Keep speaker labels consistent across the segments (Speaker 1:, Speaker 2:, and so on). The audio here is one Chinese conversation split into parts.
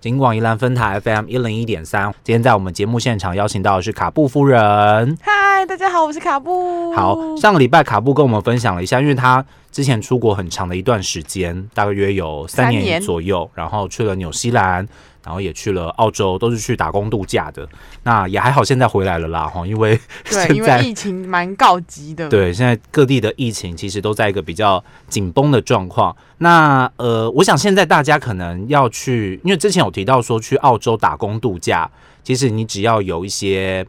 Speaker 1: 金广宜兰分台 FM 一零一点三。今天在我们节目现场邀请到的是卡布夫人。
Speaker 2: 嗨，大家好，我是卡布。
Speaker 1: 好，上个礼拜卡布跟我们分享了一下，因为他之前出国很长的一段时间，大约有三
Speaker 2: 三
Speaker 1: 年
Speaker 2: 年
Speaker 1: 左右，然后去了纽西兰，然后也去了澳洲，都是去打工度假的。那也还好，现在回来了啦，哈，因为
Speaker 2: 对，
Speaker 1: 现
Speaker 2: 因
Speaker 1: 在
Speaker 2: 为疫情蛮告急的。，
Speaker 1: 对，现在各地的疫情其实都在一个比较紧绷的状况。那呃，我想现在大家可能要去，因为之前有提到说去澳洲打工度假，其实你只要有一些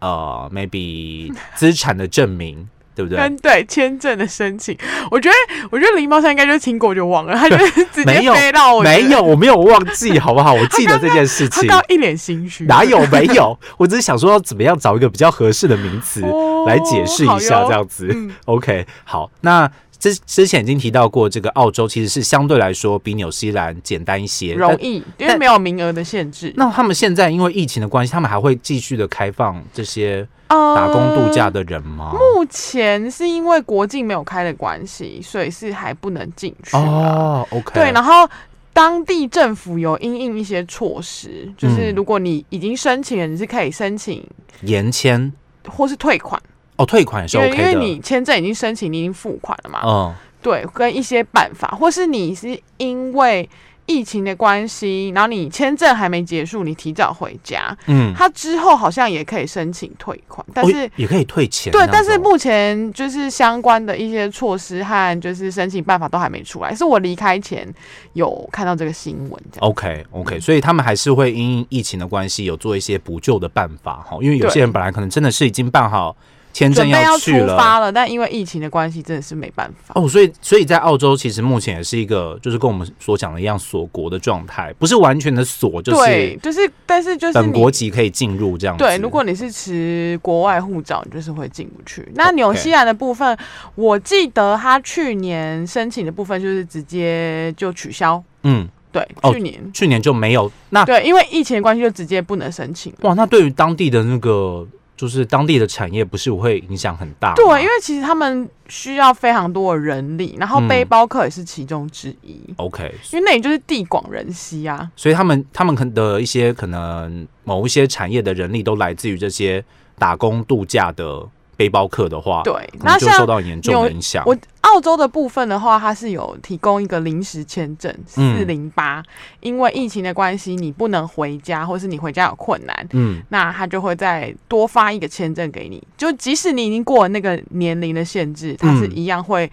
Speaker 1: 呃，maybe 资产的证明，对不对？
Speaker 2: 跟对签证的申请，我觉得，我觉得林茂山应该就是请果就忘了，他就是直接
Speaker 1: 没有
Speaker 2: 飞到我，
Speaker 1: 没，有，我没有忘记，好不好？我记得这件事
Speaker 2: 他
Speaker 1: 情。
Speaker 2: 刚一脸心虚，
Speaker 1: 哪有没有？我只是想说，要怎么样找一个比较合适的名词
Speaker 2: 哦
Speaker 1: 来解释一下，
Speaker 2: 好哟
Speaker 1: 这样子。
Speaker 2: 嗯
Speaker 1: OK，好，那之之前已经提到过，这个澳洲其实是相对来说比纽西兰简单一些，
Speaker 2: 容
Speaker 1: 但
Speaker 2: 易，因为
Speaker 1: 但
Speaker 2: 没有名额的限制。
Speaker 1: 那他们现在因为疫情的关系，他们还会继续的开放这些打
Speaker 2: 打
Speaker 1: 工度假的人吗？
Speaker 2: 呃目前是因为国境没有开的关系，所以是还不能进去啦。
Speaker 1: 哦，OK，
Speaker 2: 对，然后当地政府有因应一些措施，就是
Speaker 1: 嗯
Speaker 2: 如果你已经申请了，你是可以申请
Speaker 1: 延签
Speaker 2: 或是退款，
Speaker 1: 哦，退款也是
Speaker 2: 因为
Speaker 1: OK
Speaker 2: 因
Speaker 1: 的，
Speaker 2: 为你签证已经申请，你已经付款了嘛。
Speaker 1: 嗯
Speaker 2: 对，跟一些办法，或是你是因为疫情的关系，然后你签证还没结束，你提早回家，
Speaker 1: 嗯，
Speaker 2: 他之后好像也可以申请退款，但
Speaker 1: 哦
Speaker 2: 是。
Speaker 1: 也可以退钱那
Speaker 2: 对
Speaker 1: 种，，
Speaker 2: 但是目前就是相关的一些措施和就是申请办法都还没出来，是我离开前有看到这个新闻这样。
Speaker 1: OK OK，所以
Speaker 2: 嗯
Speaker 1: 他们还是会因应疫情的关系，有做一些补救的办法哈。因为有些
Speaker 2: 对
Speaker 1: 人本来可能真的是已经办好签证
Speaker 2: 准备要
Speaker 1: 去
Speaker 2: 出
Speaker 1: 了
Speaker 2: 发了，但因为疫情的关系，真的是没办法。
Speaker 1: 哦，所以所以在澳洲其实目前也是一个就是跟我们所讲的一样锁国的状态，不是完全的锁，就是
Speaker 2: 对，就是，但是就是
Speaker 1: 本
Speaker 2: 你
Speaker 1: 国籍可以进入这样子。
Speaker 2: 对，如果你是持国外护照，你就是会进不去。那
Speaker 1: OK
Speaker 2: 纽西兰的部分，我记得他去年申请的部分就是直接就取消。
Speaker 1: 嗯，
Speaker 2: 对，
Speaker 1: 哦
Speaker 2: 去年
Speaker 1: 去年就没有那
Speaker 2: 对，因为疫情的关系就直接不能申请了。
Speaker 1: 哇，那对于当地的那个就是当地的产业，不是会影响很大吗？
Speaker 2: 对，因为其实他们需要非常多的人力，然后
Speaker 1: 嗯
Speaker 2: 背包客也是其中之一，
Speaker 1: OK，
Speaker 2: 因为那里就是地广人稀啊。
Speaker 1: 所以他们他们可能的一些可能某一些产业的人力都来自于这些打工度假的背包客的话，，
Speaker 2: 对，
Speaker 1: 可
Speaker 2: 那
Speaker 1: 哦能就
Speaker 2: 像
Speaker 1: 受到严重的影响。
Speaker 2: 我澳洲的部分的话，它是有提供一个临时签证
Speaker 1: 嗯
Speaker 2: 四零八，因为疫情的关系，你不能回家，或是你回家有困难，
Speaker 1: 嗯，
Speaker 2: 那他就会再多发一个签证给你。就即使你已经过了那个年龄的限制，它是
Speaker 1: 嗯
Speaker 2: 一样会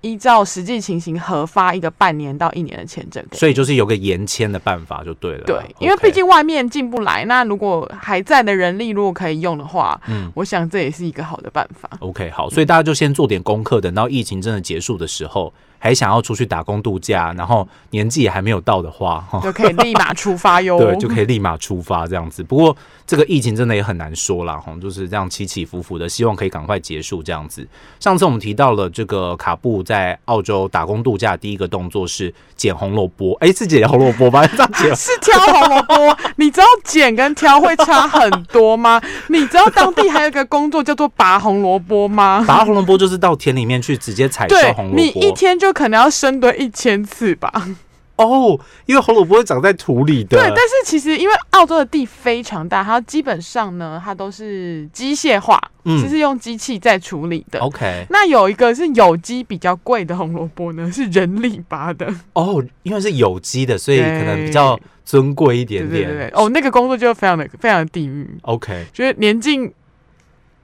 Speaker 2: 依照实际情形核发一个半年到一年的签证给你。
Speaker 1: 所以就是有个延签的办法就对了啦。啊
Speaker 2: 对，因为毕
Speaker 1: OK
Speaker 2: 竟外面进不来，那如果还在的人力如果可以用的话，
Speaker 1: 嗯
Speaker 2: 我想这也是一个好的办法。
Speaker 1: OK，好，所以大家就先做点功课，等到疫情真的结束的时候，还想要出去打工度假，然后年纪也还没有到的话，哈，
Speaker 2: 就可以立马出发 哟。
Speaker 1: 对，就可以立马出发这样子。不过这个疫情真的也很难说啦，哈，就是这样起起伏伏的，希望可以赶快结束这样子。上次我们提到了这个卡布在澳洲打工度假，第一个动作是捡红萝卜，哎、是捡红萝卜吧？这 样捡
Speaker 2: 是挑红萝卜，你知道剪跟挑会差很多吗？ 你知道当地还有一个工作叫做拔红萝 卜吗？
Speaker 1: 拔红萝卜就是到田里面去直接采收
Speaker 2: 对
Speaker 1: 红
Speaker 2: 你
Speaker 1: 萝卜，
Speaker 2: 一天就可能要深蹲一千次 吧。
Speaker 1: 哦，因为红萝卜会长在土里的，
Speaker 2: 对，但是其实因为澳洲的地非常大，它基本上呢，它都是机械化，
Speaker 1: 嗯
Speaker 2: 就是用机器在处理的。
Speaker 1: OK。
Speaker 2: 那有一个是有机比较贵的红萝卜呢，是人力拔的，
Speaker 1: 哦，因为是有机的，所以可能
Speaker 2: 对
Speaker 1: 比较尊贵一点
Speaker 2: 对对
Speaker 1: 点。
Speaker 2: 对对。哦，那个工作就非常的非常的地狱。
Speaker 1: OK，
Speaker 2: 就是年近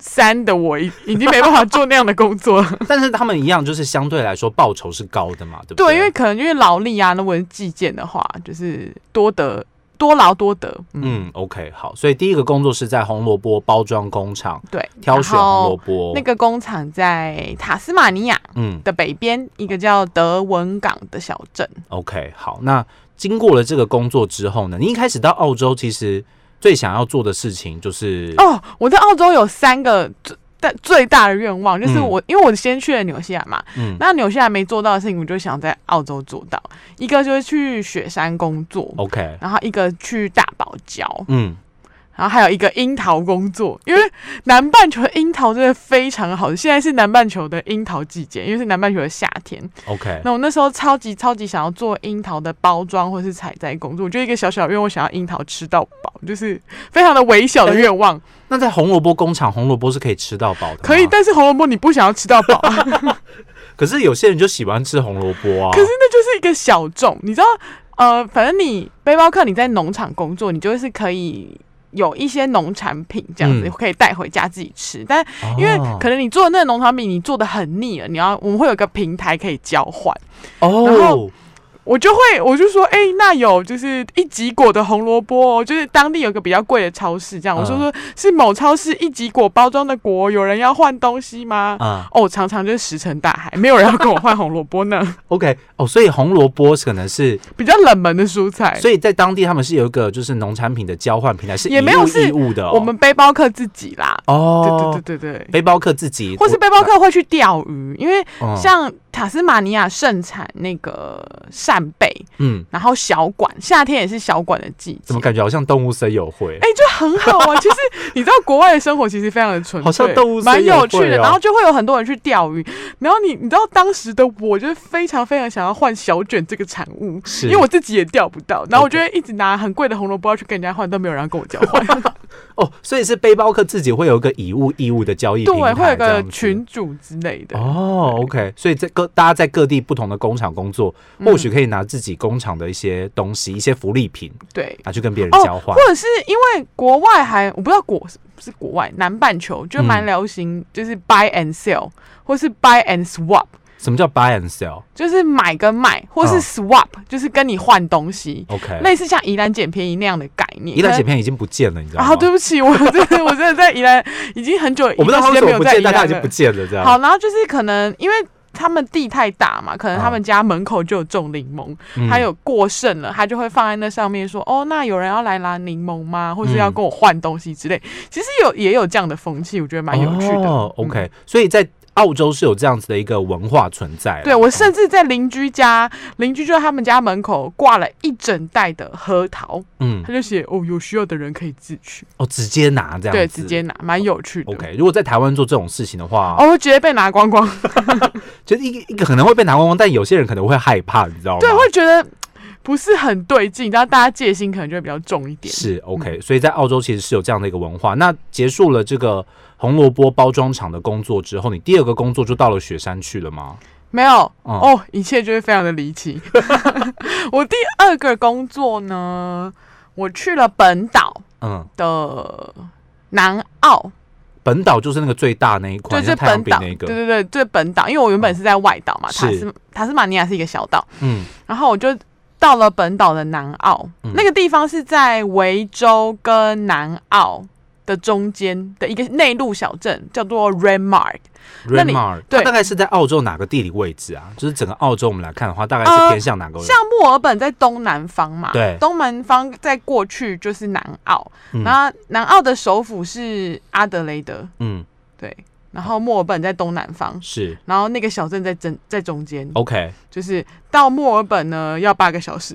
Speaker 2: 三的我已已经没办法做那样的工 作了。
Speaker 1: 但是他们一样，就是相对来说报酬是高的嘛，对不
Speaker 2: 对，
Speaker 1: 对，啊
Speaker 2: 因为可能因为劳力啊，那我是计件的话，就是多得多劳多得。嗯，
Speaker 1: 嗯，OK，好，所以第一个工作是在红萝卜包装工厂
Speaker 2: 对，
Speaker 1: 挑选红
Speaker 2: 然后
Speaker 1: 萝卜。
Speaker 2: 那个工厂在塔斯马尼亚
Speaker 1: 嗯
Speaker 2: 的北边一个叫德文港的小镇。
Speaker 1: ，OK，好，那经过了这个工作之后呢，你一开始到澳洲，其实最想要做的事情就是，
Speaker 2: 哦，我在澳洲有三个最但最大的愿望就是
Speaker 1: 嗯
Speaker 2: 我，因为我先去了纽西兰嘛，
Speaker 1: 嗯
Speaker 2: 那纽西兰没做到的事情，我就想在澳洲做到。一个就是去雪山工作，
Speaker 1: 哦，OK，
Speaker 2: 然后一个去大堡礁，
Speaker 1: 嗯，
Speaker 2: 然后还有一个樱桃工作，因为南半球的樱桃真的非常好，现在是南半球的樱桃季节，因为是南半球的夏天。
Speaker 1: OK，
Speaker 2: 那我那时候超级超级想要做樱桃的包装或是采摘工作，我就一个小小的愿望，想要樱桃吃到饱，就是非常的微小的愿望。
Speaker 1: 那在红萝卜工厂，红萝卜是可以吃到饱的吗，
Speaker 2: 可以，但是红萝卜你不想要吃到饱啊，
Speaker 1: 可是有些人就喜欢吃红萝卜啊。
Speaker 2: 可是那就是一个小众，你知道，呃，反正你背包客你在农场工作，你就是可以。有一些农产品这样子、
Speaker 1: 嗯
Speaker 2: 可以带回家自己吃，但因为
Speaker 1: 哦
Speaker 2: 可能你做的那个农产品你做的很腻了，你要我们会有一个平台可以交换，
Speaker 1: 哦
Speaker 2: 然后，我就会，我就说，哎、那有就是一级果的红萝卜、哦，就是当地有个比较贵的超市，这样、我说
Speaker 1: 嗯
Speaker 2: 说是某超市一级果包装的果，有人要换东西吗？
Speaker 1: 啊、
Speaker 2: 哦，常常就是石沉大海，没有人要跟我换红萝卜呢，
Speaker 1: o k 哦，所以红萝卜可能是，
Speaker 2: 比较冷门的蔬菜。
Speaker 1: 所以在当地他们是有一个就是农产品的交换平台，是
Speaker 2: 也没有
Speaker 1: 一物
Speaker 2: 是
Speaker 1: 一物的、哦，
Speaker 2: 我们背包客自己啦，
Speaker 1: 哦，
Speaker 2: 对对对对对，
Speaker 1: 背包客自己，
Speaker 2: 或是背包客会去钓鱼，因为
Speaker 1: 嗯
Speaker 2: 像塔斯马尼亚盛产那个扇贝，
Speaker 1: 嗯，
Speaker 2: 然后小管，夏天也是小管的季节
Speaker 1: 怎么。感觉好像动物森友会？
Speaker 2: 哎、就很好 啊！其实你知道，国外的生活其实非常的纯粹，
Speaker 1: 好像动物森
Speaker 2: 蛮
Speaker 1: 友会
Speaker 2: 有趣的。
Speaker 1: 哦
Speaker 2: 然后就会有很多人去钓鱼，然后你你知道当时的我就是非常非常想要换小卷这个产物，
Speaker 1: 是
Speaker 2: 因为我自己也钓不到，然后我就会一直拿很贵的红萝卜要去跟人家换，都没有人要跟我交 换。
Speaker 1: 哦，所以是背包客自己会有一个以物易物的交易
Speaker 2: 对，
Speaker 1: 平台，
Speaker 2: 会有
Speaker 1: 这
Speaker 2: 个
Speaker 1: 样子
Speaker 2: 群主之类的。
Speaker 1: 哦，OK，所以在各大家在各地不同的工厂工作，
Speaker 2: 嗯
Speaker 1: 或许可以拿自己工厂的一些东西、一些福利品
Speaker 2: 对，
Speaker 1: 拿去跟别人
Speaker 2: 哦
Speaker 1: 交换
Speaker 2: 或。者是因为国外还我不知道国是国外南半球就蛮
Speaker 1: 嗯
Speaker 2: 流行，就是 buy and sell 或是 buy and swap。
Speaker 1: 什么叫 buy and sell？OK，、
Speaker 2: 就是买跟卖，或是
Speaker 1: 嗯
Speaker 2: swap，、就是跟你换东西，类似像宜兰捡便宜那样的概念。
Speaker 1: 宜兰姐
Speaker 2: 宜
Speaker 1: 片已经不见了，你知道吗？
Speaker 2: 啊，对不起，我真的我真的在宜兰已经很久，
Speaker 1: 我不知道他
Speaker 2: 一
Speaker 1: 为什
Speaker 2: 段时间没
Speaker 1: 么
Speaker 2: 有
Speaker 1: 不
Speaker 2: 在
Speaker 1: 见，
Speaker 2: 宜
Speaker 1: 但
Speaker 2: 兰
Speaker 1: 他已经
Speaker 2: 了
Speaker 1: 不见了，这样。
Speaker 2: 好，然后就是可能因为他们地太大嘛，可能他们家门口就有种柠檬，
Speaker 1: 嗯
Speaker 2: 它有过剩了，他就会放在那上面说，哦，那有人要来拿柠檬吗？或是要
Speaker 1: 嗯
Speaker 2: 跟我换东西之类。其实有也有这样的风气，我觉得蛮有趣的。嗯
Speaker 1: 哦、OK，、所以在澳洲是有这样子的一个文化存在啦。
Speaker 2: 对我甚至在邻居家，邻居就在他们家门口挂了一整袋的核桃，
Speaker 1: 嗯
Speaker 2: 他就写哦，有需要的人可以自取，
Speaker 1: 哦，直接拿这样子。
Speaker 2: 对，直接拿，蛮有趣的。
Speaker 1: OK，如果在台湾做这种事情的话，
Speaker 2: 哦，我直接被拿光光，
Speaker 1: 就一个一个可能会被拿光光，但有些人可能会害怕，你知道吗？
Speaker 2: 对，会觉得不是很对劲，然后大家戒心可能就会比较重一点。嗯
Speaker 1: 是 OK，所以在澳洲其实是有这样的一个文化。那结束了这个红萝卜包装厂的工作之后，你第二个工作就到了雪山去了吗？
Speaker 2: 没有、
Speaker 1: 嗯
Speaker 2: 哦，一切就会非常的离 奇。我第二个工作呢，我去了本岛
Speaker 1: 嗯，
Speaker 2: 的南澳，
Speaker 1: 本岛就是那个最大那一块，
Speaker 2: 对，
Speaker 1: 像
Speaker 2: 这
Speaker 1: 太阳
Speaker 2: 本
Speaker 1: 饼
Speaker 2: 岛，
Speaker 1: 那
Speaker 2: 对
Speaker 1: 个，嗯
Speaker 2: 对对，这本岛，因为我原本是在外岛嘛，
Speaker 1: 是
Speaker 2: 塔斯塔斯马尼亚是一个小岛，
Speaker 1: 嗯，
Speaker 2: 然后我就到了本岛的南澳，
Speaker 1: 嗯
Speaker 2: 那个地方是在维州跟南澳的中间的一个内陆小镇，叫做 Renmark。
Speaker 1: r
Speaker 2: 那
Speaker 1: e d
Speaker 2: 你
Speaker 1: m a r
Speaker 2: 对
Speaker 1: 它大概是在澳洲哪个地理位置啊？就是整个澳洲我们来看的话，大概
Speaker 2: 呃
Speaker 1: 是偏向哪个位置？
Speaker 2: 像墨尔本在东南方嘛，
Speaker 1: 哦对
Speaker 2: 东南方再过去就是南澳，
Speaker 1: 嗯
Speaker 2: 然后南澳的首府是阿德雷德，
Speaker 1: 嗯，
Speaker 2: 对，然后墨尔本在东南方。
Speaker 1: 是
Speaker 2: 然后那个小镇在中在中间，
Speaker 1: OK
Speaker 2: 就是到墨尔本呢要八个小时，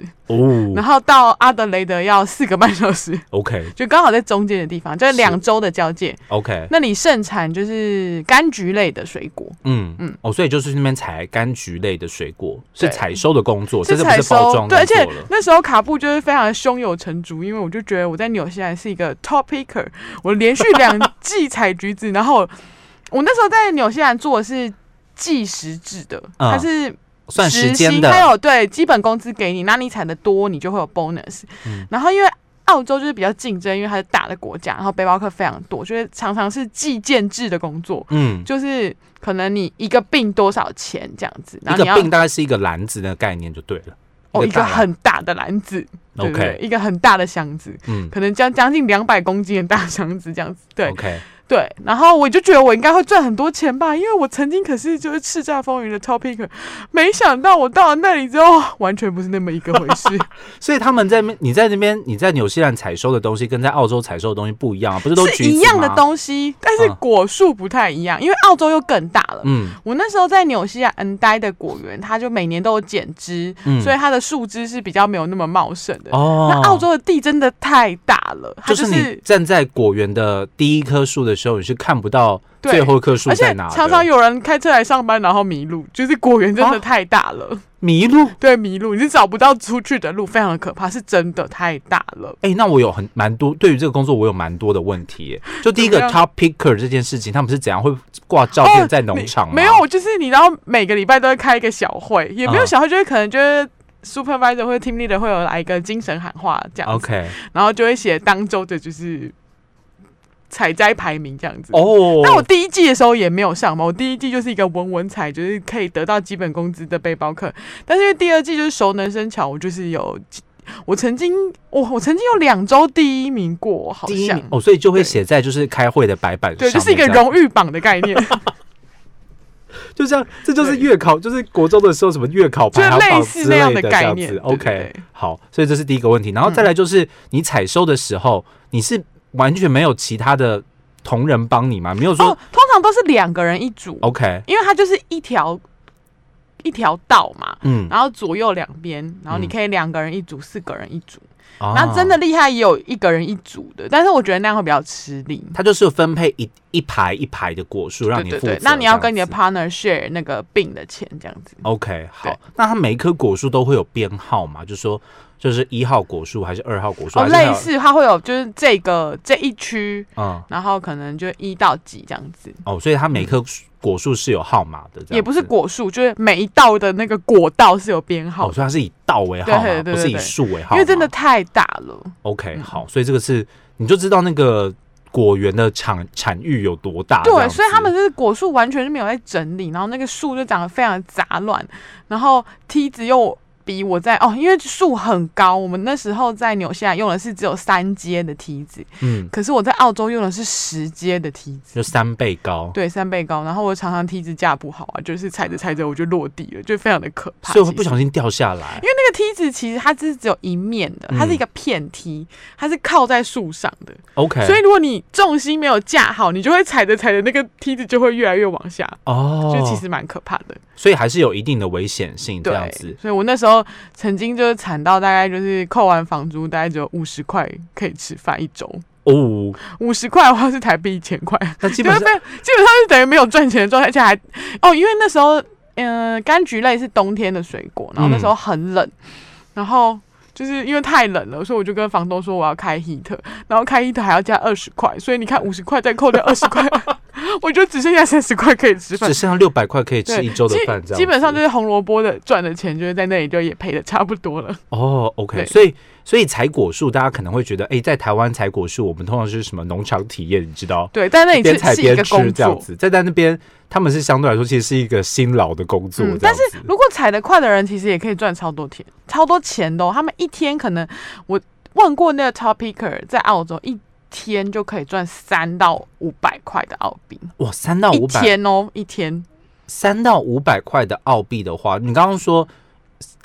Speaker 2: 然
Speaker 1: 哦
Speaker 2: 后到阿德雷德要四个半小时，
Speaker 1: ，OK
Speaker 2: 就刚好在中间的地方，就是两州的交界。
Speaker 1: OK，
Speaker 2: 那里盛产就是柑橘类的水果，
Speaker 1: 嗯
Speaker 2: 嗯
Speaker 1: 嗯，哦，所以就是那边采柑橘类的水果是
Speaker 2: 对
Speaker 1: 采收的工作，这
Speaker 2: 是
Speaker 1: 个不是
Speaker 2: 采
Speaker 1: 包
Speaker 2: 收
Speaker 1: 装
Speaker 2: 对，
Speaker 1: 工
Speaker 2: 而且
Speaker 1: 作了。
Speaker 2: 那时候卡布就是非常的胸有成竹，因为我就觉得我在纽西兰是一个 top picker，我连续两季采橘子， 然后我那时候在纽西兰做的是计时制的，
Speaker 1: 嗯
Speaker 2: 它是
Speaker 1: 算时
Speaker 2: 时
Speaker 1: 间
Speaker 2: 薪
Speaker 1: 的，
Speaker 2: 还有对基本工资给你，那你采的多，你就会有 bonus。
Speaker 1: 嗯
Speaker 2: 然后因为澳洲就是比较竞争，因为它是大的国家，然后背包客非常多，就是常常是计件制的工作，
Speaker 1: 嗯，
Speaker 2: 就是可能你一个病多少钱这样子，然
Speaker 1: 一
Speaker 2: 后
Speaker 1: 个
Speaker 2: 你要
Speaker 1: 病大概是一个篮子的概念就对了。
Speaker 2: 哦一
Speaker 1: 大
Speaker 2: 个
Speaker 1: 篮
Speaker 2: 很大的篮子，对对
Speaker 1: OK，
Speaker 2: 对一个很大的箱子，
Speaker 1: 嗯
Speaker 2: 可能将将近两百公斤的大箱子这样子，对
Speaker 1: ，OK，
Speaker 2: 对，然后我就觉得我应该会赚很多钱吧，因为我曾经可是就是叱咤风云的 top pick，没想到我到了那里之后，完全不是那么一个回 事。
Speaker 1: 所以他们在那你在那边你在纽西兰采收的东西跟在澳洲采收的东西不一样啊，不是都
Speaker 2: 是
Speaker 1: 橘子
Speaker 2: 一样的
Speaker 1: 吗，
Speaker 2: 东西，但是
Speaker 1: 嗯
Speaker 2: 果树不太一样，因为澳洲又更大了。
Speaker 1: 嗯
Speaker 2: 我那时候在纽西兰嗯待的果园，它就每年都有剪枝，
Speaker 1: 嗯，
Speaker 2: 所以它的树枝是比较没有那么茂盛的。
Speaker 1: 哦，
Speaker 2: 那澳洲的地真的太大了，它
Speaker 1: 就是你站在果园的第一棵树的时候，你是看不到
Speaker 2: 对
Speaker 1: 最后一棵树
Speaker 2: 而且
Speaker 1: 在哪的，
Speaker 2: 常常有人开车来上班，然后迷路，就是果园真的
Speaker 1: 啊
Speaker 2: 太大了，
Speaker 1: 迷路。
Speaker 2: 对，迷路你是找不到出去的路，非常的可怕，是真的太大了。
Speaker 1: 哎、那我有很蛮多对于这个工作，我有蛮多的问题耶。就第一个
Speaker 2: 怎么哦
Speaker 1: top picker 这件事情，他们是怎样会挂照片在农场、吗？
Speaker 2: 没有，就是你知道每个礼拜都会开一个小会，也没有
Speaker 1: 嗯
Speaker 2: 小会，就是可能就是 supervisor 或者 team leader 会有来一个精神喊话这样子
Speaker 1: ，OK，
Speaker 2: 然后就会写当周的就是采摘排名这样子。
Speaker 1: 哦，
Speaker 2: 那我第一季的时候也没有上嘛，我第一季就是一个文文采，就是可以得到基本工资的背包客。但是因为第二季就是熟能生巧，我就是有，我曾经我我曾经有两周第一名过，好
Speaker 1: 第一
Speaker 2: 像
Speaker 1: 名哦，所以就会
Speaker 2: 对
Speaker 1: 写在就是开会的白板上
Speaker 2: 对，
Speaker 1: 面这样，
Speaker 2: 就是一个荣誉榜的 概念，
Speaker 1: 就这样，这就是
Speaker 2: 对
Speaker 1: 月考，就是国中的时候什么月考
Speaker 2: 就
Speaker 1: 排行
Speaker 2: 类
Speaker 1: 榜
Speaker 2: 似
Speaker 1: 之
Speaker 2: 那样
Speaker 1: 类
Speaker 2: 的
Speaker 1: 的
Speaker 2: 概
Speaker 1: 这样
Speaker 2: 念
Speaker 1: 子
Speaker 2: 对
Speaker 1: OK，
Speaker 2: 对对嗯
Speaker 1: 好，所以这是第一个问题，然后再来就是你采收的时候，你是完全没有其他的同仁帮你吗？没有说、
Speaker 2: 哦，通常都是两个人一组，
Speaker 1: OK，
Speaker 2: 因为它就是一条一条道嘛，
Speaker 1: 嗯，
Speaker 2: 然后左右两边，然后你
Speaker 1: 嗯啊
Speaker 2: 可以两个人一组，四个人一组。
Speaker 1: 那
Speaker 2: 那真的厉害也有一个人一组的，但是我觉得那样会比较吃力。
Speaker 1: 它就是分配一一排一排的果树让
Speaker 2: 对
Speaker 1: 你
Speaker 2: 对
Speaker 1: 负责
Speaker 2: 对，那你要跟你
Speaker 1: 这样
Speaker 2: 的
Speaker 1: 子哦
Speaker 2: partner share 那个病的钱，这样子。
Speaker 1: OK 好
Speaker 2: 对，
Speaker 1: 那它每一棵果树都会有编号嘛？就说就是一号果树还是二号果树，
Speaker 2: 哦，
Speaker 1: 还是还有
Speaker 2: 类似它会有就是这个这一区，
Speaker 1: 嗯
Speaker 2: 然后可能就一到几这样子，
Speaker 1: 哦，所以它每棵果树是有号码的，这样
Speaker 2: 嗯也不是
Speaker 1: 子
Speaker 2: 果树，就是每一道的那个果道是有编号
Speaker 1: 哦，
Speaker 2: 的，
Speaker 1: 所以它是以道为号码，
Speaker 2: 对对对
Speaker 1: 不是以
Speaker 2: 对
Speaker 1: 数为号码，
Speaker 2: 因为真的太大了。
Speaker 1: OK
Speaker 2: 嗯
Speaker 1: 好，所以这个是你就知道那个果园的产产域有多大，啊这
Speaker 2: 对，
Speaker 1: 样子
Speaker 2: 所以他们就是果树完全是没有在整理，然后那个树就长得非常的杂乱，然后梯子又比我在哦，因为树很高，我们那时候在纽西兰用的是只有三阶的梯子，
Speaker 1: 嗯，
Speaker 2: 可是我在澳洲用的是十阶的梯子。
Speaker 1: 就三倍高，
Speaker 2: 对，三倍高，然后我常常梯子架不好啊，就是踩着踩着我就落地了，就非常的可怕。
Speaker 1: 所以会不
Speaker 2: 其实
Speaker 1: 小心掉下来
Speaker 2: 因。为那个梯子其实它是只有一面的，它
Speaker 1: 嗯
Speaker 2: 是一个片梯，它是靠在树上的，
Speaker 1: OK，
Speaker 2: 所以如果你重心没有架好，你就会踩着踩着那个梯子就会越来越往下。
Speaker 1: 哦，
Speaker 2: 就其实蛮可怕的，
Speaker 1: 所以还是有一定的危险性这样
Speaker 2: 对
Speaker 1: 子，。
Speaker 2: 所以我那时候曾经就是惨到大概就是扣完房租，大概只有五十块可以吃饭一周，
Speaker 1: 哦，
Speaker 2: 五十块的话是台币一千块，
Speaker 1: 那基
Speaker 2: 就
Speaker 1: 本
Speaker 2: 是
Speaker 1: 上
Speaker 2: 被基本上是等于没有赚钱的状态，而且还哦，因为那时候嗯、呃柑橘类是冬天的水果，然后那时
Speaker 1: 嗯
Speaker 2: 候很冷，然后。就是因为太冷了，所以我就跟房东说我要开 heater，然后开 heater 还要加二十块，所以你看五十块再扣掉二十 块，我就只剩下三十块可以吃饭
Speaker 1: 只。剩下六百块可以吃
Speaker 2: 对
Speaker 1: 一周的
Speaker 2: 基
Speaker 1: 饭，这样
Speaker 2: 基本上
Speaker 1: 子
Speaker 2: 就是红萝卜的赚的钱，就是在那里就也赔的差不 多了。
Speaker 1: 哦，OK，
Speaker 2: 对
Speaker 1: 所以所以采果树，大家可能会觉得，哎、在台湾采果树，我们通常是什么农场体验，你知道，
Speaker 2: 对，但那里
Speaker 1: 边
Speaker 2: 是
Speaker 1: 采
Speaker 2: 哎是一
Speaker 1: 边
Speaker 2: 个
Speaker 1: 吃
Speaker 2: 工
Speaker 1: 这样
Speaker 2: 作。
Speaker 1: 子，在在那边他们是相对来说其实是一个辛劳的工作，
Speaker 2: 嗯
Speaker 1: 这样子
Speaker 2: 如果采得快的人，其实也可以赚超多钱，超多钱的、哦。他们一天可能我问过那个 top picker，在澳洲一天就可以赚三到五百块的澳币，
Speaker 1: 哇，三到
Speaker 2: 一
Speaker 1: 五百，
Speaker 2: 天哦，一天。
Speaker 1: 三到五百块的澳币的话，你刚刚说，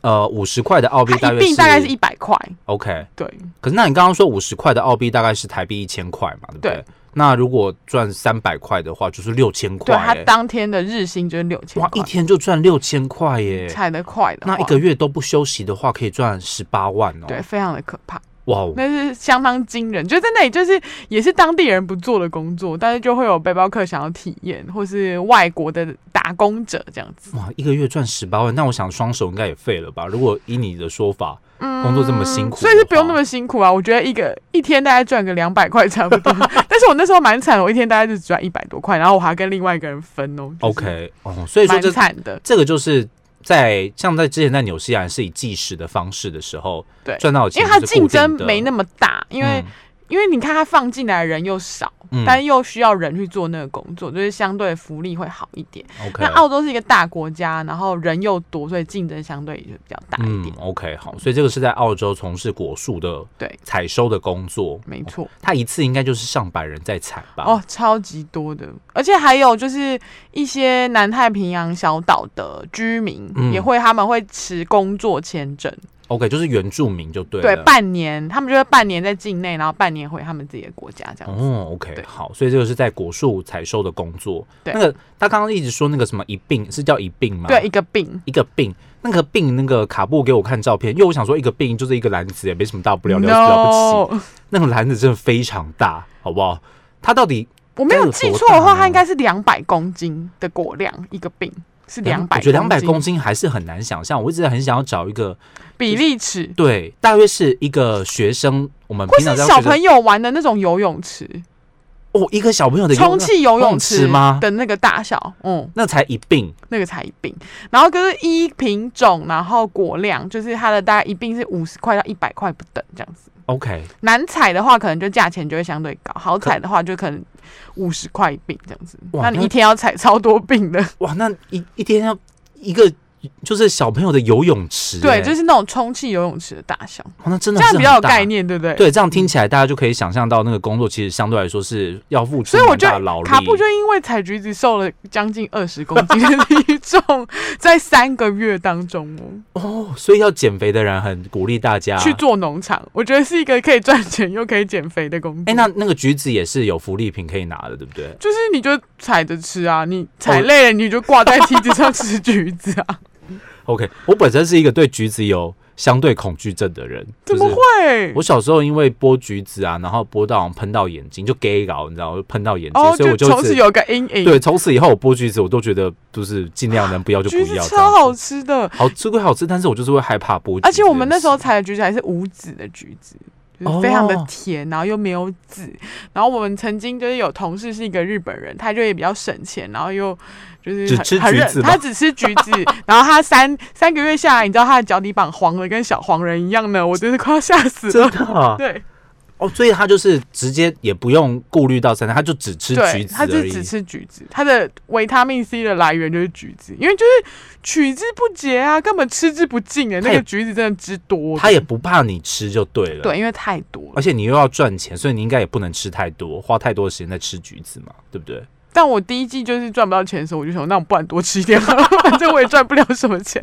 Speaker 1: 呃，五十块的澳币
Speaker 2: 他
Speaker 1: 大
Speaker 2: 一
Speaker 1: 约
Speaker 2: 病大概是一百块，
Speaker 1: OK，
Speaker 2: 对，
Speaker 1: 可是那你刚刚说五十块的澳币大概是台币一千块嘛，对不对？
Speaker 2: 对
Speaker 1: 那如果赚三百块的话，就是六千块
Speaker 2: 对他
Speaker 1: 耶、
Speaker 2: 当天的日薪就是六
Speaker 1: 欸
Speaker 2: 千
Speaker 1: 哇，一
Speaker 2: 块，
Speaker 1: 天就赚六千块耶！
Speaker 2: 采得快的话
Speaker 1: 那一个月都不休息的话，可以赚十八万哦。
Speaker 2: 对，，非常的可怕。
Speaker 1: 哇哦，
Speaker 2: 那是相当惊人，就在那里就是也是当地人不做的工作，但是就会有背包客想要体验，或是外国的打工者这样子。
Speaker 1: 哇，一个月赚十八万，那我想双手应该也废了吧？如果以你的说法，工作这么辛苦的话，
Speaker 2: 嗯所以是不用那么辛苦啊，我觉得一个一天大概赚个两百块差不多。但是我那时候蛮惨的，我一天大概就只赚一百多块，然后我还要跟另外一个人分哦。就 是
Speaker 1: OK 哦，所以说
Speaker 2: 蛮
Speaker 1: 这
Speaker 2: 惨的，
Speaker 1: 这个就是在像在之前在纽西兰是以计时的方式的时候，
Speaker 2: 对
Speaker 1: 赚到的钱
Speaker 2: 因为它
Speaker 1: 是固定
Speaker 2: 竞争
Speaker 1: 的
Speaker 2: 没那么大，因为
Speaker 1: 嗯
Speaker 2: 因为你看他放进来的人又少，
Speaker 1: 嗯
Speaker 2: 但又需要人去做那个工作，就是相对福利会好一点。
Speaker 1: ，OK，
Speaker 2: 那澳洲是一个大国家，然后人又多，所以竞争相对也就比较大一
Speaker 1: 嗯
Speaker 2: 点。
Speaker 1: ，OK，好，所以这个是在澳洲从事果树的
Speaker 2: 对
Speaker 1: 采收的工作，
Speaker 2: 没错，
Speaker 1: 他一次应该就是上百人在采吧？
Speaker 2: 哦，超级多的，而且还有就是一些南太平洋小岛的居民、
Speaker 1: 嗯
Speaker 2: 也会，他们会持工作签证，
Speaker 1: ，OK，就是原住民就对啊
Speaker 2: 对，
Speaker 1: 了。
Speaker 2: 半年，他们就会半年在境内，然后半年回他们自己的国家这样子。
Speaker 1: 哦，OK，
Speaker 2: 对
Speaker 1: 好，所以这个是在果树采收的工作。
Speaker 2: 对
Speaker 1: 那个他刚刚一直说那个什么一病是叫一病吗？
Speaker 2: 对，，一个病，
Speaker 1: 一个病，那个病那个卡布给我看照片，因为我想说一个病就是一个篮子，也没什么大不了，了了不起。
Speaker 2: no，
Speaker 1: 那个篮子真的非常大，好不好？它到底
Speaker 2: 我没有
Speaker 1: 这
Speaker 2: 记
Speaker 1: 有多
Speaker 2: 错的
Speaker 1: 大
Speaker 2: 话，
Speaker 1: 呢
Speaker 2: 它应该是两百公斤的果量，一个病是两百，
Speaker 1: 我觉得两百公斤还是很难想象。我一直很想要找一个，
Speaker 2: 比例尺，
Speaker 1: 对，大约是一个学生，我们
Speaker 2: 或
Speaker 1: 平常
Speaker 2: 是
Speaker 1: 在
Speaker 2: 小
Speaker 1: 学生
Speaker 2: 朋友玩的那种游泳池，
Speaker 1: 哦，一个小朋友的游
Speaker 2: 充气游
Speaker 1: 游
Speaker 2: 泳
Speaker 1: 泳池哦吗
Speaker 2: 的那个大小，嗯，
Speaker 1: 那才一病，
Speaker 2: 那个才一并，然后就是一品种，然后果量，就是它的大概一并是五十块到一百块不等这样子。
Speaker 1: OK，
Speaker 2: 难采的话，可能就价钱就会相对高；好采的话，就可能五十块一并这样子。
Speaker 1: 哇
Speaker 2: 那你
Speaker 1: 那
Speaker 2: 一天要采超多并的，
Speaker 1: 哇，那一一天要一个就是小朋友的游泳池、、
Speaker 2: 对，就是是那种充气游泳池的大小，
Speaker 1: 哦、那真的
Speaker 2: 这样
Speaker 1: 是
Speaker 2: 比较有
Speaker 1: 很大
Speaker 2: 概。念，对不对？。
Speaker 1: 对，这样听起来大家就可以想象到那个工作其实相对来说是要付出
Speaker 2: 所以我
Speaker 1: 蛮
Speaker 2: 就
Speaker 1: 大的劳力。
Speaker 2: 卡布就因为采橘子瘦了将近二十公斤 的体重，在三个月当中哦，
Speaker 1: 哦，所以要减肥的人很鼓励大家
Speaker 2: 去做农场，我觉得是一个可以赚钱又可以减肥的工作。
Speaker 1: 哎、那那个橘子也是有福利品可以拿的，对不对？
Speaker 2: 就是你就踩着吃
Speaker 1: 哦
Speaker 2: 啊，你踩累了你就挂在梯子上吃橘子啊，
Speaker 1: OK，我本身是一个对橘子有相对恐惧症的人，
Speaker 2: 怎
Speaker 1: 就是
Speaker 2: 么会？
Speaker 1: 我小时候因为剥橘子啊，然后剥到好像喷到眼睛，就 gay 搞，你知道，就喷到眼睛，
Speaker 2: 哦，
Speaker 1: 所以我就
Speaker 2: 从
Speaker 1: 一
Speaker 2: 此
Speaker 1: 直
Speaker 2: 有个阴影。
Speaker 1: 对，从此以后我剥橘子，我都觉得就是尽量能不要就不
Speaker 2: 橘子
Speaker 1: 要。
Speaker 2: 超好，吃的，
Speaker 1: 好吃归好吃，但是我就是会害怕剥橘子这件事。
Speaker 2: 而且我们那时候采的橘子还是无籽的橘子。就是非常的
Speaker 1: 哦
Speaker 2: 甜，然后又没有籽，然后我们曾经就是有同事是一个日本人，他就也比较省钱，然后又就是
Speaker 1: 只
Speaker 2: 很
Speaker 1: 吃
Speaker 2: 很
Speaker 1: 橘
Speaker 2: 忍
Speaker 1: 子吗
Speaker 2: 他只吃橘子，然后他三三个月下来，你知道他的脚底板黄的跟小黄人一样呢，我真是快要吓死
Speaker 1: 真
Speaker 2: 了。
Speaker 1: 的啊
Speaker 2: 对
Speaker 1: 哦，所以他就是直接也不用顾虑到三餐，他就只吃
Speaker 2: 对
Speaker 1: 橘，子
Speaker 2: 他就
Speaker 1: 而
Speaker 2: 只
Speaker 1: 已。
Speaker 2: 吃橘子，他的维他命 C 的来源就是橘子，因为就是取之不竭啊，根本吃之不尽的
Speaker 1: 他
Speaker 2: 那
Speaker 1: 也
Speaker 2: 个橘子真的之多的，
Speaker 1: 他也不怕你吃就对了。，
Speaker 2: 对，因为太多了
Speaker 1: 而。且你又要赚钱，所以你应该也不能吃太多，花太多的时间在吃橘子嘛，对不对？
Speaker 2: 但我第一季就是赚不到钱的时候，我就想，那我不然多吃一点好了，反正我也赚不了什么 钱。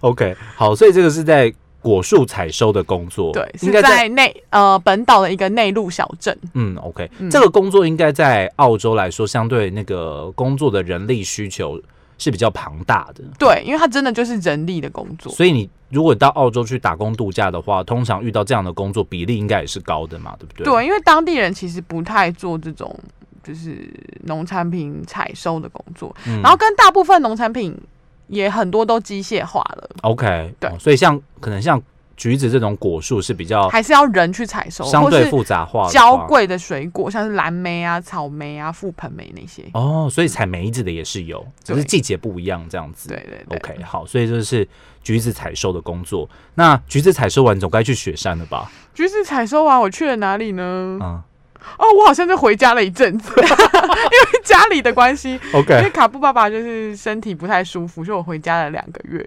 Speaker 1: OK，好，所以这个是在果树采收的工作，
Speaker 2: 对，
Speaker 1: 应
Speaker 2: 是
Speaker 1: 该在
Speaker 2: 在内呃本岛的一个内陆小镇，
Speaker 1: 嗯，OK，
Speaker 2: 嗯
Speaker 1: 这个工作应该在澳洲来说，相对那个工作的人力需求是比较庞大的，
Speaker 2: 对，因为它真的就是人力的工作，
Speaker 1: 所以你如果到澳洲去打工度假的话，通常遇到这样的工作比例应该也是高的嘛，对不对？，
Speaker 2: 对，因为当地人其实不太做这种就是农产品采收的工作，
Speaker 1: 嗯
Speaker 2: 然后跟大部分农产品也很多都机械化了，
Speaker 1: OK，
Speaker 2: 对
Speaker 1: 哦所以像可能像橘子这种果树是比较
Speaker 2: 还是要人去采收，
Speaker 1: 相
Speaker 2: 或
Speaker 1: 对
Speaker 2: 是
Speaker 1: 复杂化的
Speaker 2: 娇
Speaker 1: 话
Speaker 2: 贵的水果，像是蓝莓啊、草莓啊、覆盆莓那些。
Speaker 1: 哦，所以采梅子的也是有，只是
Speaker 2: 对
Speaker 1: 季节不一样这样子。
Speaker 2: 嗯对对对
Speaker 1: OK，好，所以这是橘子采收的工作。那橘子采收完，总该去雪山了吧？
Speaker 2: 橘子采收完，我去了哪里呢？
Speaker 1: 嗯
Speaker 2: 哦，我好像就回家了一 阵子，因为家里的关系，因为
Speaker 1: ，OK，
Speaker 2: 卡布爸爸就是身体不太舒服，所以我回家了两个月。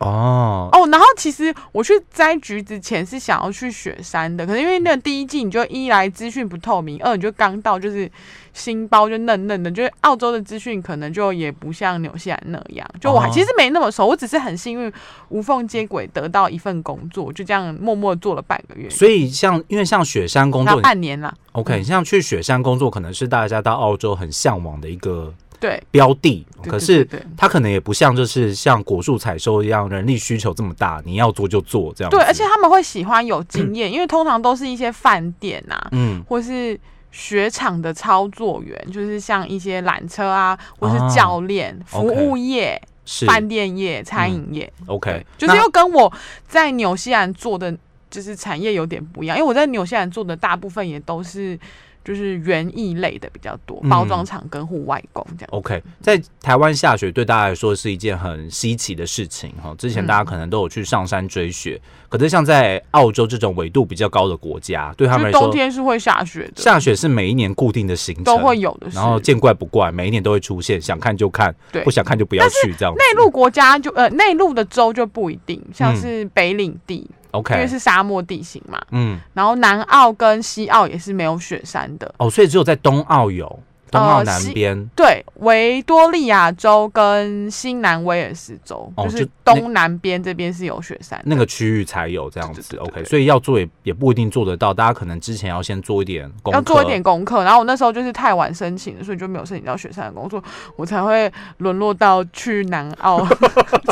Speaker 1: 哦，
Speaker 2: 哦，然后其实我去摘橘子前是想要去雪山的，可是因为那第一季你就一来资讯不透明，二你就刚到就是新包就嫩嫩的，就是澳洲的资讯可能就也不像纽西兰那样，就我还
Speaker 1: 哦
Speaker 2: 其实没那么熟，我只是很幸运无缝接轨得到一份工作，就这样默默做了半个月，
Speaker 1: 所以像因为像雪山工
Speaker 2: 那
Speaker 1: 作
Speaker 2: 半年啦，
Speaker 1: ，OK，像去雪山工作可能是大家到澳洲很向往的一个
Speaker 2: 对，
Speaker 1: 标的，
Speaker 2: 对
Speaker 1: 可
Speaker 2: 对
Speaker 1: 是
Speaker 2: 对对
Speaker 1: 它可能也不像就是像果树采收一样人力需求这么大，你要做就做这样子。
Speaker 2: 对，而且他们会喜欢有经验，因为通常都是一些饭店啊，
Speaker 1: 嗯，
Speaker 2: 或是雪场的操作员，就是像一些缆车啊，或
Speaker 1: 啊
Speaker 2: 是教练、服
Speaker 1: 哦 OK
Speaker 2: 务业、
Speaker 1: 是嗯
Speaker 2: 饭店业、餐饮业，
Speaker 1: OK，
Speaker 2: 就是
Speaker 1: 那
Speaker 2: 又跟我在纽西兰做的就是产业有点不一样，因为我在纽西兰做的大部分也都是。就是园艺类的比较多，
Speaker 1: 嗯哦
Speaker 2: 包装厂跟户外工这样。
Speaker 1: OK，在台湾下雪对大家来说是一件很稀奇的事情哈。之前大
Speaker 2: 嗯
Speaker 1: 家可能都有去上山追雪，可是像在澳洲这种纬度比较高的国家，对他们
Speaker 2: 就
Speaker 1: 来
Speaker 2: 是冬
Speaker 1: 说，
Speaker 2: 天是会下雪的，
Speaker 1: 下雪是每一年固定的行程，
Speaker 2: 都会有的事
Speaker 1: 然。后见怪不怪，每一年都会出现，想看就看，
Speaker 2: 对
Speaker 1: 不想看就不要去这样子。
Speaker 2: 内陆国家就呃内陆的州就不一定，像
Speaker 1: 嗯
Speaker 2: 是北领地，因为
Speaker 1: OK，
Speaker 2: 是沙漠地形嘛，
Speaker 1: 嗯，
Speaker 2: 然后南澳跟西澳也是没有雪山的。
Speaker 1: 哦，所以只有在东澳有，东
Speaker 2: 哦
Speaker 1: 澳南边，
Speaker 2: 对，维多利亚州跟新南威尔士州，
Speaker 1: 哦
Speaker 2: 就是
Speaker 1: 就那
Speaker 2: 东南边这边是有雪山的
Speaker 1: 那个区域才有这样子。
Speaker 2: 对对对
Speaker 1: OK，
Speaker 2: 对
Speaker 1: 所以要做也也不一定做得到，大家可能之前要先做一点功课，
Speaker 2: 要做一点功课。然后我那时候就是太晚申请了，所以就没有申请到雪山的工作，我才会沦落到去南 澳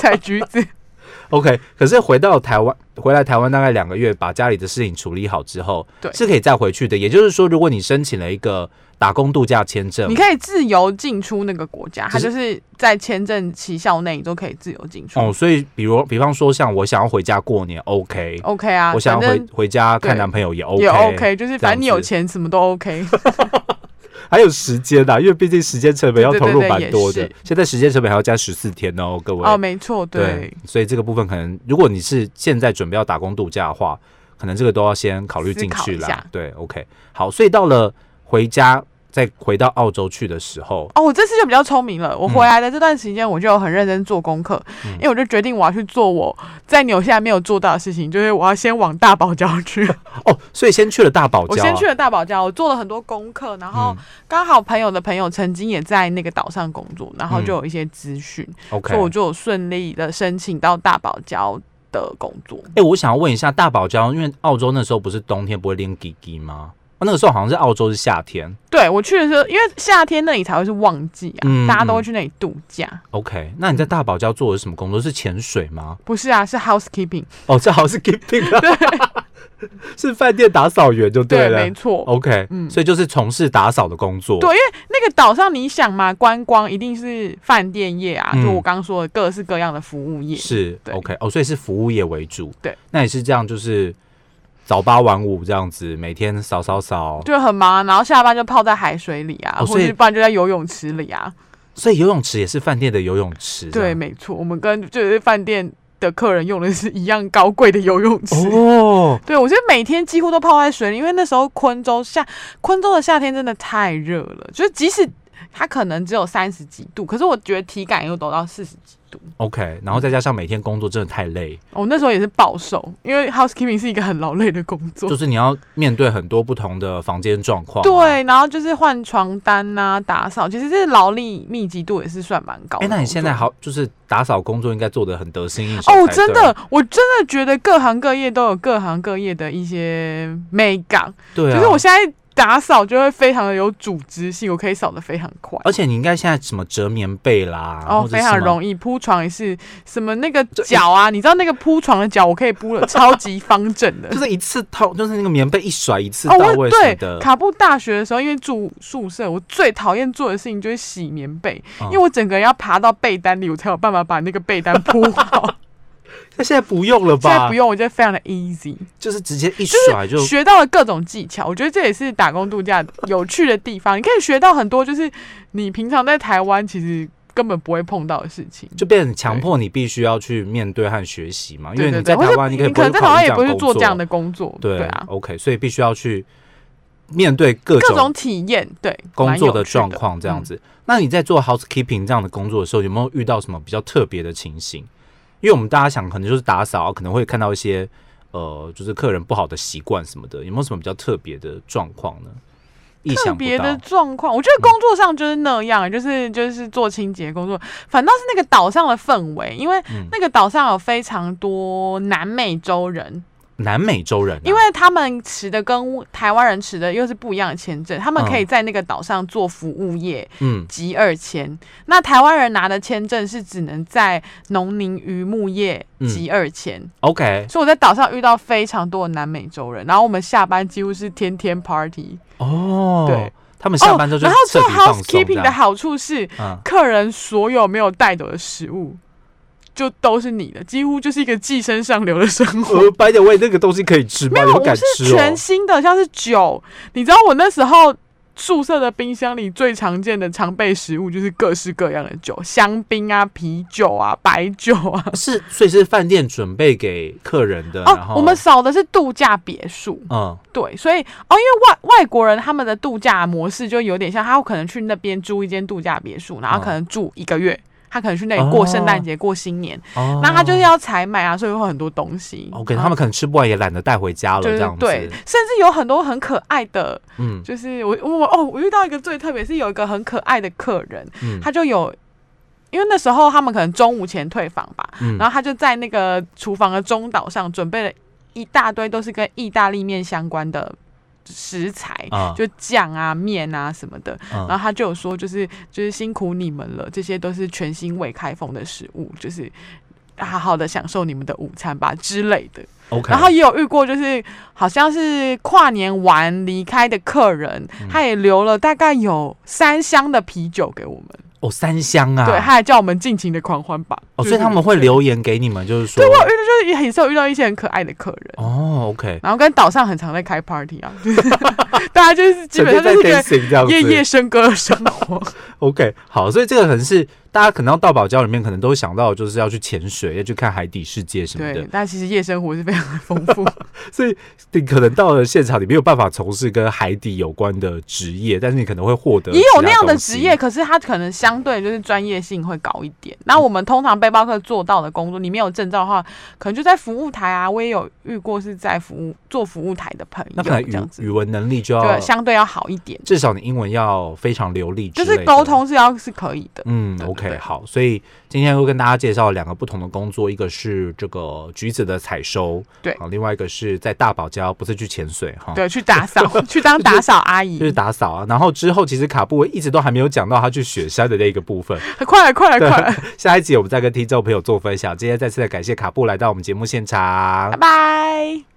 Speaker 2: 采橘子。
Speaker 1: OK，可是回到台湾，回来台湾大概两个月，把家里的事情处理好之后，
Speaker 2: 对
Speaker 1: 是可以再回去的。也就是说，如果你申请了一个打工度假签证
Speaker 2: 你，可以自由进出那个国家，它
Speaker 1: 只
Speaker 2: 就是在签证期效内你都可以自由进出。
Speaker 1: 哦，所以比如比方说，像我想要回家过年，OK，、
Speaker 2: OK 啊，
Speaker 1: 我想
Speaker 2: 反
Speaker 1: 要回
Speaker 2: 正
Speaker 1: 回家看
Speaker 2: 对
Speaker 1: 男朋友也 OK，,
Speaker 2: 也 OK，就是
Speaker 1: 这
Speaker 2: 反
Speaker 1: 样
Speaker 2: 正你有
Speaker 1: 子
Speaker 2: 钱什么都 OK。
Speaker 1: 还有时间啊，因为毕竟时间成本要
Speaker 2: 对
Speaker 1: 投
Speaker 2: 对
Speaker 1: 入
Speaker 2: 对
Speaker 1: 蛮
Speaker 2: 也
Speaker 1: 多的。
Speaker 2: 是
Speaker 1: 现在时间成本还要加十四天哦，各位。
Speaker 2: 哦，没错，对
Speaker 1: 对，，所以这个部分可能，如果你是现在准备要打工度假的话，可能这个都要先考虑进去
Speaker 2: 思考一
Speaker 1: 啦
Speaker 2: 下。
Speaker 1: 对，OK，好，所以到了回家再回到澳洲去的时候，
Speaker 2: 哦，我这次就比较聪明了。我
Speaker 1: 嗯
Speaker 2: 回来的这段时间，我就很认真做功课，因为我就决定我要去做我在纽西兰没有做到的事情，就是我要先往大堡礁去。
Speaker 1: 哦，所以先去了大堡
Speaker 2: 我
Speaker 1: 礁啊、
Speaker 2: 先去了大堡礁，我做了很多功课，然
Speaker 1: 嗯
Speaker 2: 后刚好朋友的朋友曾经也在那个岛上工作，然后就
Speaker 1: 嗯
Speaker 2: 有一些资讯，
Speaker 1: o
Speaker 2: 所以我
Speaker 1: k
Speaker 2: 就有顺利的申请到大堡礁的工作。
Speaker 1: 哎、我想要问一下大堡礁，因为澳洲那时候不是冬天不会拎吉吉吗？哦那个时候好像是澳洲是夏天
Speaker 2: 对我去的时候，因为夏天那里才会是旺季啊，
Speaker 1: 嗯
Speaker 2: 大家都
Speaker 1: 嗯
Speaker 2: 会去那里度假。
Speaker 1: ，OK？那你在大堡礁做的是什么工作？是潜水吗？
Speaker 2: 不是啊，是 housekeeping。
Speaker 1: 哦，这好像是 keeping 啊，是饭店打扫员就对哦了
Speaker 2: 没错。
Speaker 1: ，OK？、
Speaker 2: 嗯
Speaker 1: 所以就是从事打扫的工作，
Speaker 2: 对那个岛上你想嘛，观光一定是饭店业啊，
Speaker 1: 嗯
Speaker 2: 就我刚说的各式各样的服务业。
Speaker 1: 是
Speaker 2: 对
Speaker 1: OK 哦，所以是服务业为主。
Speaker 2: 对，
Speaker 1: 那也是这样，就是早八晚五这样子，每天扫扫扫。
Speaker 2: 就很忙啊，然后下班就泡在海水里啊，
Speaker 1: 哦
Speaker 2: 或
Speaker 1: 所以
Speaker 2: 者不然就在游泳池里啊。
Speaker 1: 所以游泳池也是饭店的游泳池这
Speaker 2: 对，
Speaker 1: 样。
Speaker 2: 没错，我们跟就是饭店的客人用的是一样高贵的游泳池。
Speaker 1: 哦，
Speaker 2: 对，我觉得每天几乎都泡在水里，因为那时候昆州夏，昆州的夏天真的太热了，就是即使它可能只有三十几度，可是我觉得体感又抖到四十几度。
Speaker 1: OK，然后再加上每天工作真的太累，
Speaker 2: 我、那时候也是暴瘦，因为 housekeeping 是一个很劳累的工作
Speaker 1: 就。是你要面对很多不同的房间状况。，
Speaker 2: 对，然后就是换床单呐、打扫，其实这劳力密集度也是算蛮高的
Speaker 1: 哎，
Speaker 2: 工作。
Speaker 1: 那你现在好，就是打扫工作应该做的很得心应手。
Speaker 2: 哦，真的，，我真的觉得各行各业都有各行各业的一些美感，
Speaker 1: 对啊。
Speaker 2: 就是我现在打扫就会非常的有组织性，我可以扫得非常快。
Speaker 1: 而且你应该现在什么折棉被啦，
Speaker 2: 哦，
Speaker 1: 啊或者
Speaker 2: 非常
Speaker 1: 什么
Speaker 2: 容易铺床也是什么那个脚啊，你知道那个铺床的脚，我可以铺的超级方正的
Speaker 1: 就。是一次套，就是那个棉被一甩一次
Speaker 2: 哦，
Speaker 1: 到
Speaker 2: 我
Speaker 1: 位什么
Speaker 2: 对
Speaker 1: 的。
Speaker 2: 卡布大学的时候，因为住宿舍，我最讨厌做的事情就是洗棉被，
Speaker 1: 嗯
Speaker 2: 因为我整个人要爬到被单里，我才有办法把那个被单铺好。
Speaker 1: 那现在不用了
Speaker 2: 现
Speaker 1: 吧？
Speaker 2: 在不用，我觉得非常的 easy，
Speaker 1: 就是直接一甩
Speaker 2: 就
Speaker 1: 就是
Speaker 2: 学到了各种技巧。我觉得这也是打工度假有趣的地方，你可以学到很多，就是你平常在台湾其实根本不会碰到的事情。
Speaker 1: 就变成强迫你必须要去面对和学习嘛，因
Speaker 2: 对
Speaker 1: 为
Speaker 2: 对
Speaker 1: 你
Speaker 2: 对，
Speaker 1: 在
Speaker 2: 或
Speaker 1: 台
Speaker 2: 者
Speaker 1: 湾你可以
Speaker 2: 你可能在台
Speaker 1: 考
Speaker 2: 湾
Speaker 1: 虑
Speaker 2: 也不
Speaker 1: 样
Speaker 2: 会
Speaker 1: 工
Speaker 2: 做
Speaker 1: 作，
Speaker 2: 这样的工作，
Speaker 1: 对
Speaker 2: 啊，
Speaker 1: OK，所以必须要去面对各
Speaker 2: 各
Speaker 1: 种
Speaker 2: 种体验，对
Speaker 1: 工
Speaker 2: 蛮
Speaker 1: 作
Speaker 2: 有
Speaker 1: 的
Speaker 2: 趣嗯
Speaker 1: 状况这样子。那你在做 housekeeping 这样的工作的时候，有没有遇到什么比较特别的情形？因为我们大家想可能就是打扫，可能会看到一些呃，就是客人不好的习惯什么的，有没有什么比较特别的状况呢？意
Speaker 2: 特
Speaker 1: 想不
Speaker 2: 别的
Speaker 1: 到，嗯
Speaker 2: 状况，我觉得工作上就是那样，就是就是做清洁工作，反倒是那个岛上的氛围，因为
Speaker 1: 嗯
Speaker 2: 那个岛上有非常多南美洲人，
Speaker 1: 南美洲人啊、
Speaker 2: 因为他们持的跟台湾人持的又是不一样的签证，他们
Speaker 1: 嗯
Speaker 2: 可以在那个岛上做服务业
Speaker 1: 嗯
Speaker 2: 集二签，那台湾人拿的签证是只能在农林渔牧业
Speaker 1: 嗯
Speaker 2: 集二签，
Speaker 1: ，OK，
Speaker 2: 所以我在岛上遇到非常多的南美洲人，然后我们下班几乎是天天 party。
Speaker 1: 哦，
Speaker 2: 对，哦
Speaker 1: 他们下班之后就
Speaker 2: 然后
Speaker 1: 彻
Speaker 2: 做
Speaker 1: 底放松这
Speaker 2: housekeeping
Speaker 1: 样
Speaker 2: 的好处是，
Speaker 1: 嗯，
Speaker 2: 客人所有没有带走的食物。就都是你的，几乎就是一个寄生上流的生活。
Speaker 1: 呃，白点味那个东西可以吃吗？哦
Speaker 2: 没有，
Speaker 1: 有
Speaker 2: 我
Speaker 1: 敢
Speaker 2: 是
Speaker 1: 吃
Speaker 2: 全
Speaker 1: 哦。
Speaker 2: 新的，像是酒。你知道我那时候宿舍的冰箱里最常见的常备食物就是各式各样的酒，香槟啊、啤酒啊、白酒啊。
Speaker 1: 是，哦所以是饭店准备给客人的。然
Speaker 2: 哦，
Speaker 1: 后
Speaker 2: 我们少的是度假别墅，
Speaker 1: 嗯
Speaker 2: 对，所以哦，因为外外国人他们的度假模式就有点像，他有可能去那边租一间度假别墅，然
Speaker 1: 嗯
Speaker 2: 后可能住一个月，他可能去那里过圣诞节、过新年，
Speaker 1: 哦，
Speaker 2: 那他就是要采买啊，所以会有很多东西。
Speaker 1: OK，
Speaker 2: 然
Speaker 1: 哦
Speaker 2: 后
Speaker 1: 他们可能吃不完也懒得带回家了，
Speaker 2: 就
Speaker 1: 这
Speaker 2: 是
Speaker 1: 样子。
Speaker 2: 对，甚至有很多很可爱的，
Speaker 1: 嗯
Speaker 2: 就是我我哦，我遇到一个最特别是有一个很可爱的客人，
Speaker 1: 嗯
Speaker 2: 他就有，因为那时候他们可能中午前退房吧，
Speaker 1: 嗯
Speaker 2: 然后他就在那个厨房的中岛上准备了一大堆都是跟意大利面相关的食材，
Speaker 1: 啊
Speaker 2: 就酱啊、面啊什么的。
Speaker 1: 嗯
Speaker 2: 然后他就有说，就是就是辛苦你们了，这些都是全新未开封的食物，就是好好的享受你们的午餐吧之类的。
Speaker 1: OK，
Speaker 2: 然后也有遇过，就是好像是跨年完离开的客人，
Speaker 1: 嗯
Speaker 2: 他也留了大概有三箱的啤酒给我们，
Speaker 1: 哦三箱啊，
Speaker 2: 对，他还叫我们尽情的狂欢吧。
Speaker 1: 哦，
Speaker 2: 就
Speaker 1: 所以
Speaker 2: 是
Speaker 1: 他们会留言给你们，就是说
Speaker 2: 对我有遇到就是也很是有遇到一些很可爱的客人，
Speaker 1: 哦 OK，
Speaker 2: 然后跟岛上很常在开 party 啊，就是 大家就是基本上就是一个
Speaker 1: dancing 这样子
Speaker 2: 夜夜笙歌的啊生活。
Speaker 1: OK，好，所以这个可能是大家可能到道宝礁里面可能都会想到，就是要去潜水，要去看海底世界什么
Speaker 2: 对
Speaker 1: 的，，
Speaker 2: 但其实夜生活是非常的丰 富。
Speaker 1: 所以你可能到了现场，你没有办法从事跟海底有关的职业，但是你可能会获得
Speaker 2: 也
Speaker 1: 其
Speaker 2: 有
Speaker 1: 他
Speaker 2: 那样的
Speaker 1: 东西
Speaker 2: 职业，，可是他可能相对就是专业性会高一点。
Speaker 1: 嗯
Speaker 2: 那我们通常背包客做到的工作，你没有证照的话，可能就在服务台啊。我也有遇过是在服务做服务台的朋
Speaker 1: 那
Speaker 2: 友，
Speaker 1: 可能哦
Speaker 2: 这样
Speaker 1: 语语
Speaker 2: 子，
Speaker 1: 文能力就要
Speaker 2: 对，相对要好一点，
Speaker 1: 至少你英文要非常流利之
Speaker 2: 就
Speaker 1: 类的，
Speaker 2: 是沟通是要是可以的。
Speaker 1: 嗯
Speaker 2: 对对
Speaker 1: ，OK，
Speaker 2: 对
Speaker 1: 好，所以今天会跟大家介绍两个不同的工作，一个是这个橘子的采收，
Speaker 2: 对
Speaker 1: 好，另外一个是在大堡礁，不是去潜水哈，，
Speaker 2: 对，去打扫， 去当打扫阿姨
Speaker 1: 就是，打扫啊。然后之后其实卡布维一直都还没有讲到他去雪山的那个部分，
Speaker 2: 快来快来
Speaker 1: 对
Speaker 2: 快来，
Speaker 1: 下一集我们再跟听众朋友做分享。今天再次的感谢卡布来到我们节目现场
Speaker 2: 拜，拜。